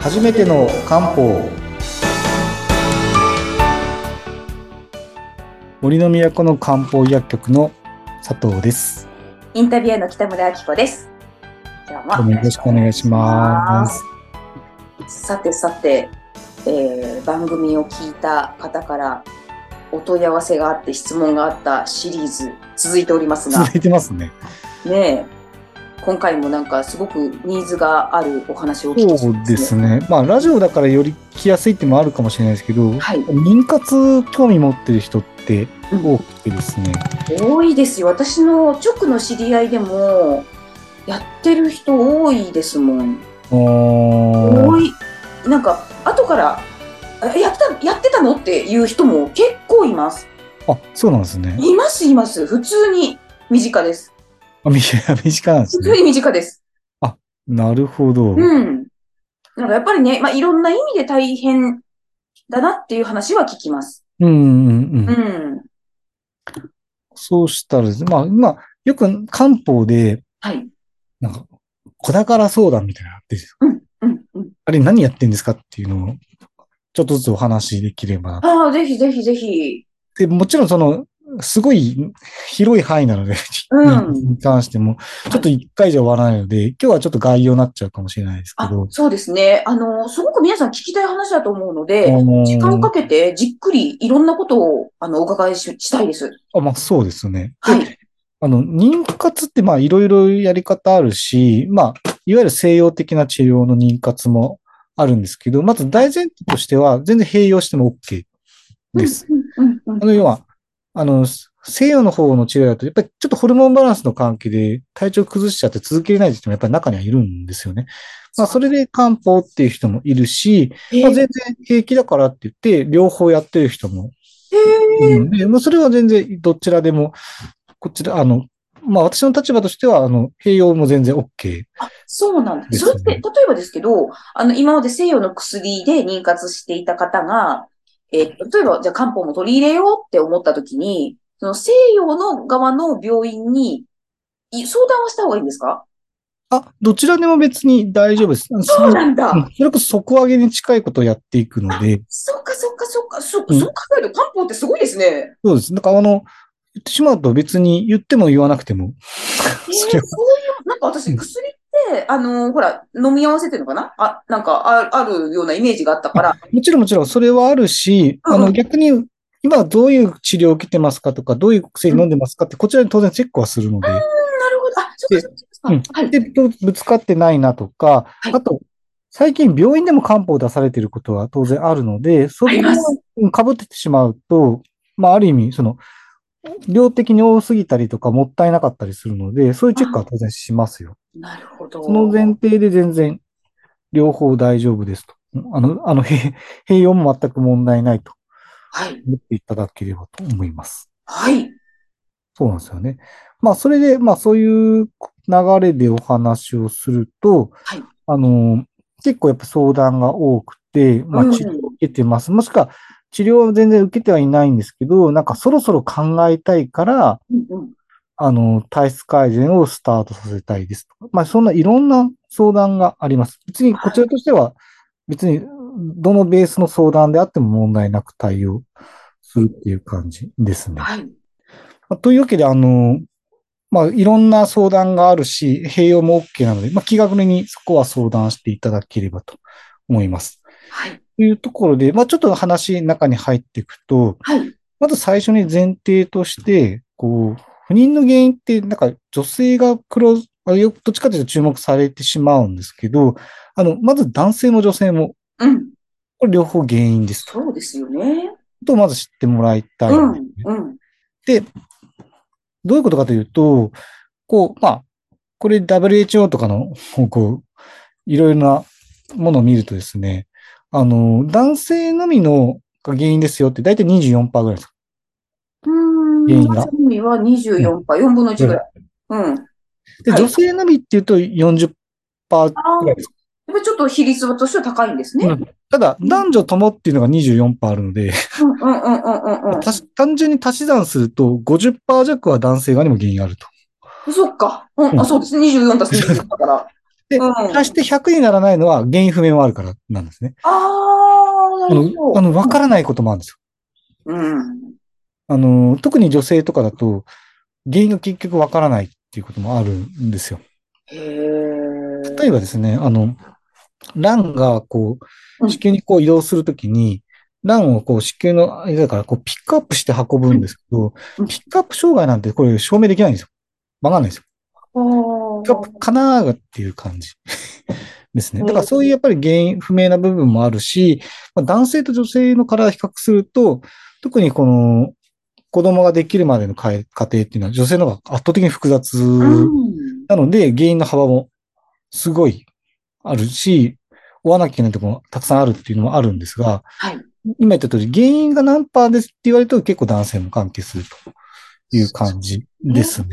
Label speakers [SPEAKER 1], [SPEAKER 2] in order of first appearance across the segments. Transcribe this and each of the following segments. [SPEAKER 1] 初めての漢方森の都の漢方薬局の佐藤です
[SPEAKER 2] インタビュアーの北村明子です。今
[SPEAKER 1] どう
[SPEAKER 2] 日
[SPEAKER 1] もよろしくお願いします
[SPEAKER 2] す。さてさて、えー番組を聞いた方からお問い合わせがあって質問があったシリーズ続いておりま すが、
[SPEAKER 1] 続いてますね
[SPEAKER 2] ねえ、今回もなんかすごくニーズがあるお話をお聞きし
[SPEAKER 1] そう
[SPEAKER 2] ま
[SPEAKER 1] です。ねまあラジオだからより聞きやすいっていうのもあるかもしれないですけど、
[SPEAKER 2] はい、
[SPEAKER 1] 妊活興味持ってる人って
[SPEAKER 2] うん
[SPEAKER 1] 多くてですね、
[SPEAKER 2] 多いですよ。私の直の知り合いでもやってる人多いですもん。
[SPEAKER 1] お
[SPEAKER 2] 多
[SPEAKER 1] ー
[SPEAKER 2] いなんか後からえやったやってたのっていう人も結構います
[SPEAKER 1] あそうなんですね
[SPEAKER 2] いますいます普通に身近です
[SPEAKER 1] あ身近身近なんです
[SPEAKER 2] 普通
[SPEAKER 1] ね
[SPEAKER 2] に身近です
[SPEAKER 1] なるほど、
[SPEAKER 2] うんなんかやっぱりね、まあ、いろんな意味で大変だなっていう話は聞きます
[SPEAKER 1] うんうんうん
[SPEAKER 2] うん
[SPEAKER 1] そうしたらですね、まあ今、よく漢方で、
[SPEAKER 2] はい
[SPEAKER 1] なんか、子宝相談みたいなのあって
[SPEAKER 2] うんうん
[SPEAKER 1] あれ何やってんですかっていうのを、ちょっとずつお話しできればな。
[SPEAKER 2] ああぜひぜひぜひ
[SPEAKER 1] で、もちろんその、すごい広い範囲なので、
[SPEAKER 2] うん
[SPEAKER 1] に関しても、ちょっと一回じゃ終わらないので、今日はちょっと概要になっちゃうかもしれないですけ
[SPEAKER 2] あ
[SPEAKER 1] ど、
[SPEAKER 2] そうですねあのすごく皆さん聞きたい話だと思うの
[SPEAKER 1] あ
[SPEAKER 2] で
[SPEAKER 1] のー
[SPEAKER 2] 時間かけてじっくりいろんなことをあのお伺いししたいです
[SPEAKER 1] あまあそうですね。で
[SPEAKER 2] はい
[SPEAKER 1] あの、妊活ってまあいろいろやり方あるし、まあ、いわゆる西洋的な治療の妊活もあるんですけど、まず大前提としては全然併用しても OK です。
[SPEAKER 2] うんうんうんうん
[SPEAKER 1] あの、要は、あの、西洋の方の治療だと、やっぱりちょっとホルモンバランスの関係で体調崩しちゃって続けれない人もやっぱり中にはいるんですよね。まあ、それで漢方っていう人もいるし、
[SPEAKER 2] へ
[SPEAKER 1] まあ、
[SPEAKER 2] ー
[SPEAKER 1] 全然平気だからって言って、両方やってる人も
[SPEAKER 2] へー
[SPEAKER 1] うん、で、もうそれは全然どちらでも、こちら、あの、まあ私の立場としては、あの、併用も全然 OK。
[SPEAKER 2] そうなんだ。
[SPEAKER 1] です
[SPEAKER 2] そ
[SPEAKER 1] ね
[SPEAKER 2] れって、例えばですけど、あの、今まで西洋の薬で妊活していた方が、えー例えば、じゃあ漢方も取り入れようって思った時に、その西洋の側の病院にい相談はした方がいいんですか
[SPEAKER 1] あ、どちらでも別に大丈夫です。そ
[SPEAKER 2] そう
[SPEAKER 1] う
[SPEAKER 2] なんだ。
[SPEAKER 1] んそれこそ底上げに近いことをやっていくので、
[SPEAKER 2] そっかそっかそっか。そ、そう
[SPEAKER 1] うん
[SPEAKER 2] 考えると漢方ってすごいですね。
[SPEAKER 1] そうです。なんかあの、言ってしまうと別に言っても言わなくても、
[SPEAKER 2] えー
[SPEAKER 1] そ
[SPEAKER 2] そう
[SPEAKER 1] れ
[SPEAKER 2] い
[SPEAKER 1] は
[SPEAKER 2] う、なんか私、薬って、あのーほら、飲み合わせてるのかなあ、なんかあ、あるようなイメージがあったから。
[SPEAKER 1] もちろんもちろんそれはあるし、
[SPEAKER 2] うん
[SPEAKER 1] あの、逆に、今どういう治療を受けてますかとか、どういう薬飲んでますかって、こちらに当然チェックはするので。
[SPEAKER 2] なるほど。あ、そっかそっかそっか。はい。
[SPEAKER 1] で、ぶぶつかってないなとか、
[SPEAKER 2] はい
[SPEAKER 1] あと、最近病院でも漢方を出されていることは当然あるので、それ
[SPEAKER 2] あ
[SPEAKER 1] が
[SPEAKER 2] ります
[SPEAKER 1] かぶっててしまうと、まあ、ある意味、その、量的に多すぎたりとかもったいなかったりするので、そういうチェックは当然しますよ。
[SPEAKER 2] なるほど。
[SPEAKER 1] その前提で全然、両方大丈夫ですと。あの、あの、 併併用も全く問題ないと
[SPEAKER 2] はい。
[SPEAKER 1] 思っていただければと思います。
[SPEAKER 2] はい。
[SPEAKER 1] そうなんですよね。まあ、それで、まあ、そういう流れでお話をすると、
[SPEAKER 2] はい
[SPEAKER 1] あの、結構やっぱ相談が多くて、まあ、
[SPEAKER 2] うん
[SPEAKER 1] 治療を受けてます。もしくは、治療は全然受けてはいないんですけど、なんかそろそろ考えたいから、
[SPEAKER 2] うんうん。
[SPEAKER 1] あの、体質改善をスタートさせたいですとか。まあ、そんないろんな相談があります。別に、こちらとしては、別に、どのベースの相談であっても問題なく対応するっていう感じですね。
[SPEAKER 2] はい。
[SPEAKER 1] まあというわけで、あの、まあ、いろんな相談があるし、併用も OK なので、まあ、気軽にそこは相談していただければと思います。
[SPEAKER 2] はい。
[SPEAKER 1] というところで、まあ、ちょっと話の中に入っていくと、
[SPEAKER 2] はい。
[SPEAKER 1] まず最初に前提として、こう、不妊の原因って、なんか女性が黒、あよくどっちかというと注目されてしまうんですけど、あの、まず男性も女性も、
[SPEAKER 2] うん。
[SPEAKER 1] これ両方原因ですと。
[SPEAKER 2] そうですよね。
[SPEAKER 1] と、まず知ってもらいたいん
[SPEAKER 2] う
[SPEAKER 1] ですね、
[SPEAKER 2] ん。うん。
[SPEAKER 1] どういうことかというと、こう、まあ、これ WHO とかの、こう、いろいろなものを見るとですね、あの、男性のみのが原因ですよって、だいたい24%ぐらいです。
[SPEAKER 2] う
[SPEAKER 1] 原
[SPEAKER 2] ー
[SPEAKER 1] 因
[SPEAKER 2] ん。
[SPEAKER 1] が
[SPEAKER 2] まさみは24パー、4分の1ぐらい。うん。
[SPEAKER 1] で、
[SPEAKER 2] はい
[SPEAKER 1] 女性のみっていうと40%ぐ
[SPEAKER 2] ああ。
[SPEAKER 1] ら
[SPEAKER 2] や
[SPEAKER 1] い
[SPEAKER 2] っ
[SPEAKER 1] です。
[SPEAKER 2] ぱりちょっと比率としては高いんですね。
[SPEAKER 1] う
[SPEAKER 2] うん
[SPEAKER 1] んただ、男女ともっていうのが24%あるので、
[SPEAKER 2] うんうんうんうんう
[SPEAKER 1] たし単純に足し算すると50%弱は男性側にも原因があると。
[SPEAKER 2] ん。そっか。う
[SPEAKER 1] うん
[SPEAKER 2] ん。あ、そうですね。24たす24だから。
[SPEAKER 1] で、
[SPEAKER 2] うん
[SPEAKER 1] 足して100にならないのは原因不明もあるからなんですね。
[SPEAKER 2] ああ、な
[SPEAKER 1] あ
[SPEAKER 2] るほ
[SPEAKER 1] の、
[SPEAKER 2] ど。
[SPEAKER 1] あの、わからないこともあるんですよ。
[SPEAKER 2] うん。
[SPEAKER 1] あの、特に女性とかだと、原因が結局わからないっていうこともあるんですよ。
[SPEAKER 2] へえ。
[SPEAKER 1] 例えばですね、あの、卵がこ
[SPEAKER 2] う
[SPEAKER 1] う、
[SPEAKER 2] ん
[SPEAKER 1] 地球にこう移動するときに、卵をこう、地球の間からこう、ピックアップして運ぶんですけど
[SPEAKER 2] うん、
[SPEAKER 1] ピックアップ障害なんてこれ証明できないんですよ。わかんないですよ。ピックアップかなーっていう感じ ですね。だからそういうやっぱり原因不明な部分もあるし、まあ、男性と女性の体を比較すると、特にこの、子供ができるまでの過過程っていうのは女性の方が圧倒的に複雑
[SPEAKER 2] うん。
[SPEAKER 1] なので、原因の幅もすごいあるし、追わなきゃいけないところもたくさんあるっていうのもあるんですが、
[SPEAKER 2] はい。
[SPEAKER 1] 今言った通り、原因が何パーですって言われると結構男性も関係するという感じですね。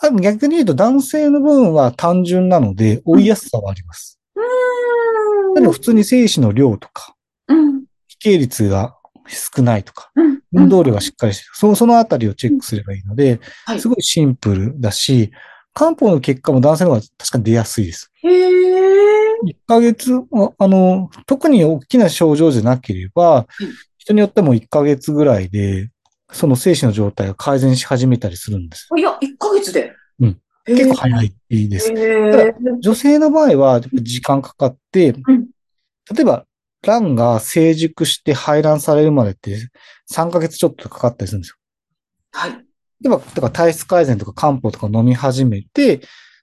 [SPEAKER 1] あ逆に言うと男性の部分は単純なので、追いやすさはあります。
[SPEAKER 2] う
[SPEAKER 1] で
[SPEAKER 2] ん
[SPEAKER 1] も普通に精子の量とか、
[SPEAKER 2] うん。
[SPEAKER 1] 非経率が少ないとか、
[SPEAKER 2] うん。
[SPEAKER 1] 運動量がしっかりしてる。そそのあたりをチェックすればいいので
[SPEAKER 2] はい、
[SPEAKER 1] すごいシンプルだし、漢方の結果も男性の方が確かに出やすいです。
[SPEAKER 2] へえ。
[SPEAKER 1] 1ヶ月、ああの、特に大きな症状じゃなければ
[SPEAKER 2] い、
[SPEAKER 1] 人によっても1ヶ月ぐらいで、その精子の状態が改善し始めたりするんです。
[SPEAKER 2] いや、1ヶ月で。
[SPEAKER 1] うん。結構早
[SPEAKER 2] い
[SPEAKER 1] いで。
[SPEAKER 2] ですへえ。
[SPEAKER 1] 女性の場合は、時間かかって、
[SPEAKER 2] ん
[SPEAKER 1] 例えば、卵が成熟して排卵されるまでって3ヶ月ちょっとかかったりするんですよ。
[SPEAKER 2] はい。
[SPEAKER 1] 例えば、だから体質改善とか漢方とか飲み始めて、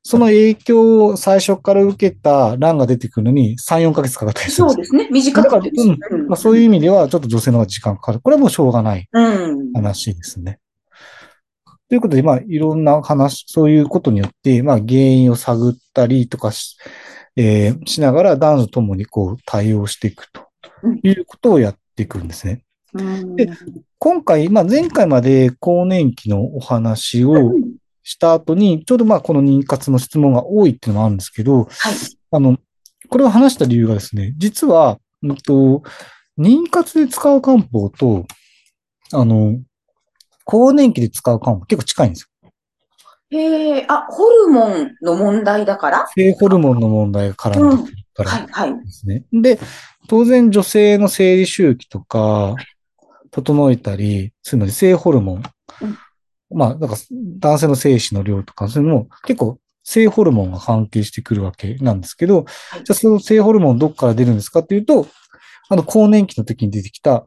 [SPEAKER 1] その影響を最初から受けた卵が出てくるのに3、4ヶ月かかったりするん
[SPEAKER 2] そ
[SPEAKER 1] です
[SPEAKER 2] うですね。短くてですね。
[SPEAKER 1] まあ、そういう
[SPEAKER 2] う
[SPEAKER 1] 意味では、ちょっと女性の方が時間かかる。これはもうしょうがない
[SPEAKER 2] ん。うん。
[SPEAKER 1] 話ですね。ということで、まあ、いろんな話、そういうことによって、まあ、原因を探ったりとかし、えーしながら男女ともにこう対応していくと
[SPEAKER 2] うん
[SPEAKER 1] いうことをやっていくんですね。
[SPEAKER 2] うん
[SPEAKER 1] で今回、まあ、前回まで更年期のお話をした後に、ちょうどまあ、この妊活の質問が多いっていうのもあるんですけど、
[SPEAKER 2] はい。
[SPEAKER 1] あの、これを話した理由がですね、実は、うんと、妊活で使う漢方と、あの、更年期で使う漢方結構近いんですよ。
[SPEAKER 2] へえ、あ、ホルモンの問題だから
[SPEAKER 1] 性ホルモンの問題が絡んでくるか
[SPEAKER 2] は
[SPEAKER 1] ら
[SPEAKER 2] い、はい。
[SPEAKER 1] ですね。で、当然女性の生理周期とか、整えたりするので、性ホルモン
[SPEAKER 2] うん。
[SPEAKER 1] まあ、なんか男性の精子の量とか、そういうのも結構性ホルモンが関係してくるわけなんですけど、じ
[SPEAKER 2] い
[SPEAKER 1] ゃあその性ホルモンどっから出るんですかっていうと、あの、更年期の時に出てきた、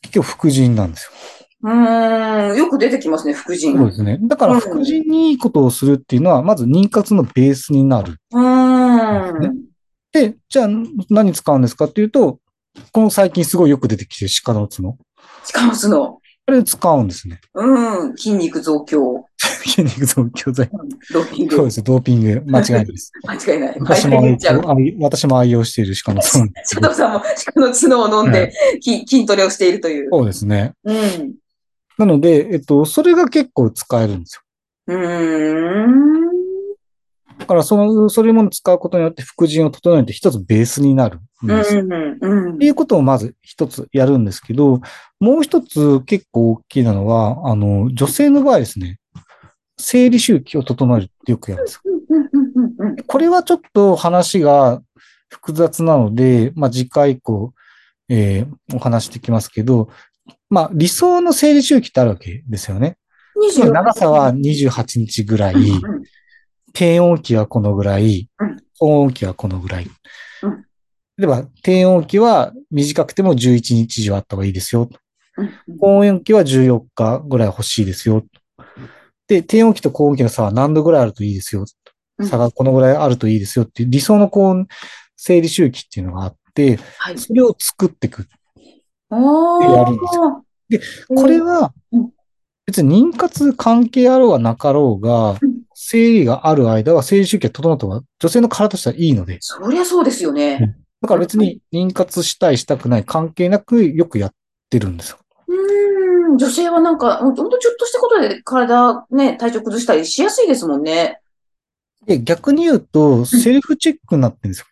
[SPEAKER 1] 結局副腎なんですよ。
[SPEAKER 2] うーん、よく出てきますね、副腎。
[SPEAKER 1] そうですね。だから副腎にいいことをするっていうのは、まず妊活のベースになる。
[SPEAKER 2] うーん。
[SPEAKER 1] で、じゃあ何使うんですかっていうと、この最近すごいよく出てきてる鹿の角。
[SPEAKER 2] しかもその、
[SPEAKER 1] あれを使うんですね。
[SPEAKER 2] うん、筋肉増強、
[SPEAKER 1] 筋肉増強剤。
[SPEAKER 2] ドーピン
[SPEAKER 1] そうで
[SPEAKER 2] グ、
[SPEAKER 1] す。ドーピング。間違いないです。
[SPEAKER 2] 間違いない。
[SPEAKER 1] 私も
[SPEAKER 2] 毎回
[SPEAKER 1] 愛
[SPEAKER 2] 言っちゃう。
[SPEAKER 1] 用私も愛用している鹿の角。
[SPEAKER 2] 佐 藤さんも鹿の角を飲んで、き筋トレをしているという。
[SPEAKER 1] そうですね。
[SPEAKER 2] うん。
[SPEAKER 1] なので、えっと、それが結構使えるんですよ。
[SPEAKER 2] うーん。
[SPEAKER 1] だから、その、それも使うことによって、副腎を整えて一つベースになるん
[SPEAKER 2] う
[SPEAKER 1] ですよ。
[SPEAKER 2] ん。うん
[SPEAKER 1] って。いうことをまず一つやるんですけど、もう一つ結構大きなのは、あの、女性の場合ですね、生理周期を整えるってよくやるんですよ。
[SPEAKER 2] うんうんうんうん
[SPEAKER 1] これはちょっと話が複雑なので、まあ、次回以降、えーお話してきますけど、まあ、理想の生理周期ってあるわけですよね。つまり長さは28日ぐらい、
[SPEAKER 2] うん
[SPEAKER 1] 低温期はこのぐらい
[SPEAKER 2] うん、
[SPEAKER 1] 高温期はこのぐらい
[SPEAKER 2] うん。
[SPEAKER 1] 例えば、低温期は短くても11日以上あった方がいいですよ。
[SPEAKER 2] うん
[SPEAKER 1] 高温期は14日ぐらい欲しいですよ。で、低温期と高温期の差は何度ぐらいあるといいですよ。
[SPEAKER 2] うん
[SPEAKER 1] 差がこのぐらいあるといいですよっていう理想の高温生理周期っていうのがあって、
[SPEAKER 2] はい。
[SPEAKER 1] それを作っていく。
[SPEAKER 2] あ
[SPEAKER 1] でやるんです
[SPEAKER 2] あ。
[SPEAKER 1] で、これは
[SPEAKER 2] うん、
[SPEAKER 1] 別に妊活関係あろうがなかろうが
[SPEAKER 2] うん、
[SPEAKER 1] 生理がある間は生理周期が整った方が女性の体としてはいいので、
[SPEAKER 2] そりゃそうですよね。
[SPEAKER 1] だから別に妊活したいしたくない関係なくよくやってるんですよ。
[SPEAKER 2] うーん、女性はなんか、ほんとちょっとしたことで体、ね、体調崩したりしやすいですもんね。
[SPEAKER 1] で、逆に言うと、セルフチェックになってるんですよ。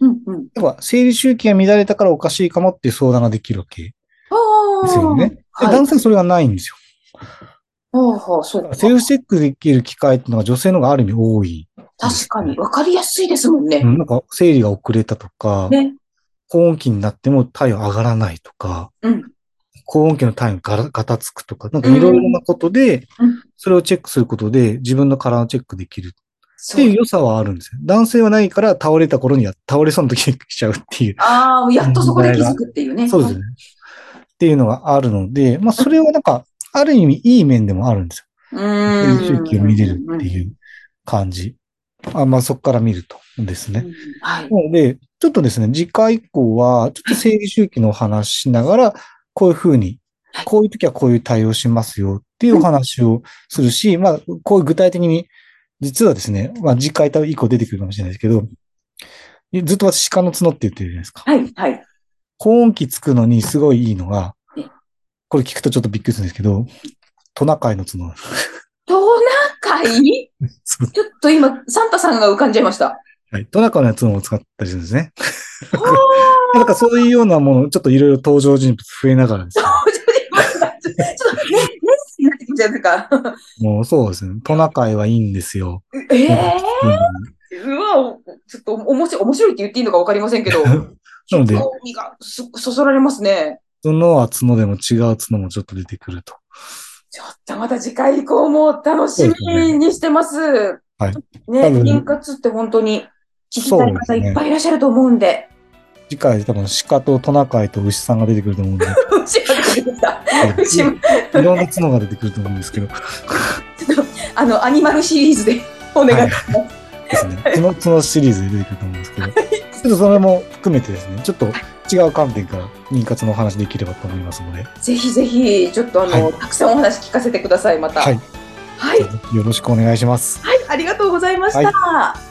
[SPEAKER 2] うん、うん、うん、うん。
[SPEAKER 1] 要は、生理周期が乱れたからおかしいかもっていう相談ができるわけで
[SPEAKER 2] ああ。
[SPEAKER 1] すよね。で
[SPEAKER 2] はい。
[SPEAKER 1] 男性はそれがないんですよ。
[SPEAKER 2] はあはあ、そう
[SPEAKER 1] だか
[SPEAKER 2] か
[SPEAKER 1] セ
[SPEAKER 2] ら
[SPEAKER 1] ルフチェックできる機会っていうのが女性の方がある意味多い
[SPEAKER 2] 確かに。わかりやすいですもんね
[SPEAKER 1] う。んなんか、生理が遅れたとか、
[SPEAKER 2] ね。
[SPEAKER 1] 高温期になっても体温上がらないとか、
[SPEAKER 2] うん。
[SPEAKER 1] 高温期の体温がらガタつくとか、なんかいろいろなことで
[SPEAKER 2] うん、
[SPEAKER 1] それをチェックすることで自分の体をチェックできるっ
[SPEAKER 2] そ
[SPEAKER 1] ていうう。良さはあるんですよ。男性はないから倒れた頃には倒れそうな時に来ちゃうっていう。
[SPEAKER 2] ああ、やっとそこで気づくっていうね。
[SPEAKER 1] そうですよね。っていうのがあるので、まあそれはなんか、ある意味いい面でもあるんですよ。
[SPEAKER 2] う
[SPEAKER 1] 生理
[SPEAKER 2] ーん。
[SPEAKER 1] 周期を見れるっていう感じ。あまあそこから見るとです
[SPEAKER 2] う
[SPEAKER 1] ね
[SPEAKER 2] ん。。は
[SPEAKER 1] な
[SPEAKER 2] い。
[SPEAKER 1] ので、ちょっとですね、次回以降は、ちょっと生理周期のお話しながら、こういうふうに
[SPEAKER 2] は、い
[SPEAKER 1] こういう時はこういう対応しますよっていうお話をするし、まあ、こういう具体的に、実はですね、まあ、次回以降出てくるかもしれないですけど、ずっと私、鹿の角って言ってるじゃないですか。
[SPEAKER 2] はい。はい。
[SPEAKER 1] 高音期つくのにすごいいいのが
[SPEAKER 2] え、
[SPEAKER 1] これ聞くとちょっとびっくりするんですけど、トナカイの角。
[SPEAKER 2] トナカ イちょっと今、サンタさんが浮かんじゃいました。
[SPEAKER 1] はい、トナカイの角を使ったりするんですね。
[SPEAKER 2] ほー
[SPEAKER 1] なんかそういうようなもの、ちょっといろいろ登場人物増えながらですね。
[SPEAKER 2] ちょっと、え、えになってきちゃうとか。
[SPEAKER 1] もうそうですね。トナカイはいいんですよ。
[SPEAKER 2] ええ
[SPEAKER 1] うん
[SPEAKER 2] ー、うわ、おちょっとおもし面白いって言っていいのかわかりませんけど、
[SPEAKER 1] なので、
[SPEAKER 2] 興味がそそそられますね。
[SPEAKER 1] 角は角でも違う角もちょっと出てくると。
[SPEAKER 2] ちょっとまた次回以降も楽しみにしてます。
[SPEAKER 1] はい。多
[SPEAKER 2] ね、
[SPEAKER 1] 分
[SPEAKER 2] 妊活って本当に聞き
[SPEAKER 1] そ
[SPEAKER 2] た
[SPEAKER 1] う
[SPEAKER 2] い
[SPEAKER 1] です
[SPEAKER 2] 方
[SPEAKER 1] ね
[SPEAKER 2] いっぱいいらっしゃると思うん で。
[SPEAKER 1] 次回多分鹿とトナカイと牛さんが出てくると思うんで、
[SPEAKER 2] 牛が出てきた 牛も
[SPEAKER 1] いろんな角が出てくると思うんですけど、
[SPEAKER 2] あの、アニマルシリーズでお願いします。
[SPEAKER 1] ですね。角角シリーズで出てくると思うんですけど、ちょっとそれも含めてですね、ちょっと違う観点から妊活のお話できればと思いますので、
[SPEAKER 2] ぜひぜひ、ちょっとあの、
[SPEAKER 1] はい
[SPEAKER 2] たくさんお話聞かせてください、また。
[SPEAKER 1] はい。
[SPEAKER 2] はい。
[SPEAKER 1] よろしくお願いします。
[SPEAKER 2] はい、ありがとうございました。
[SPEAKER 1] は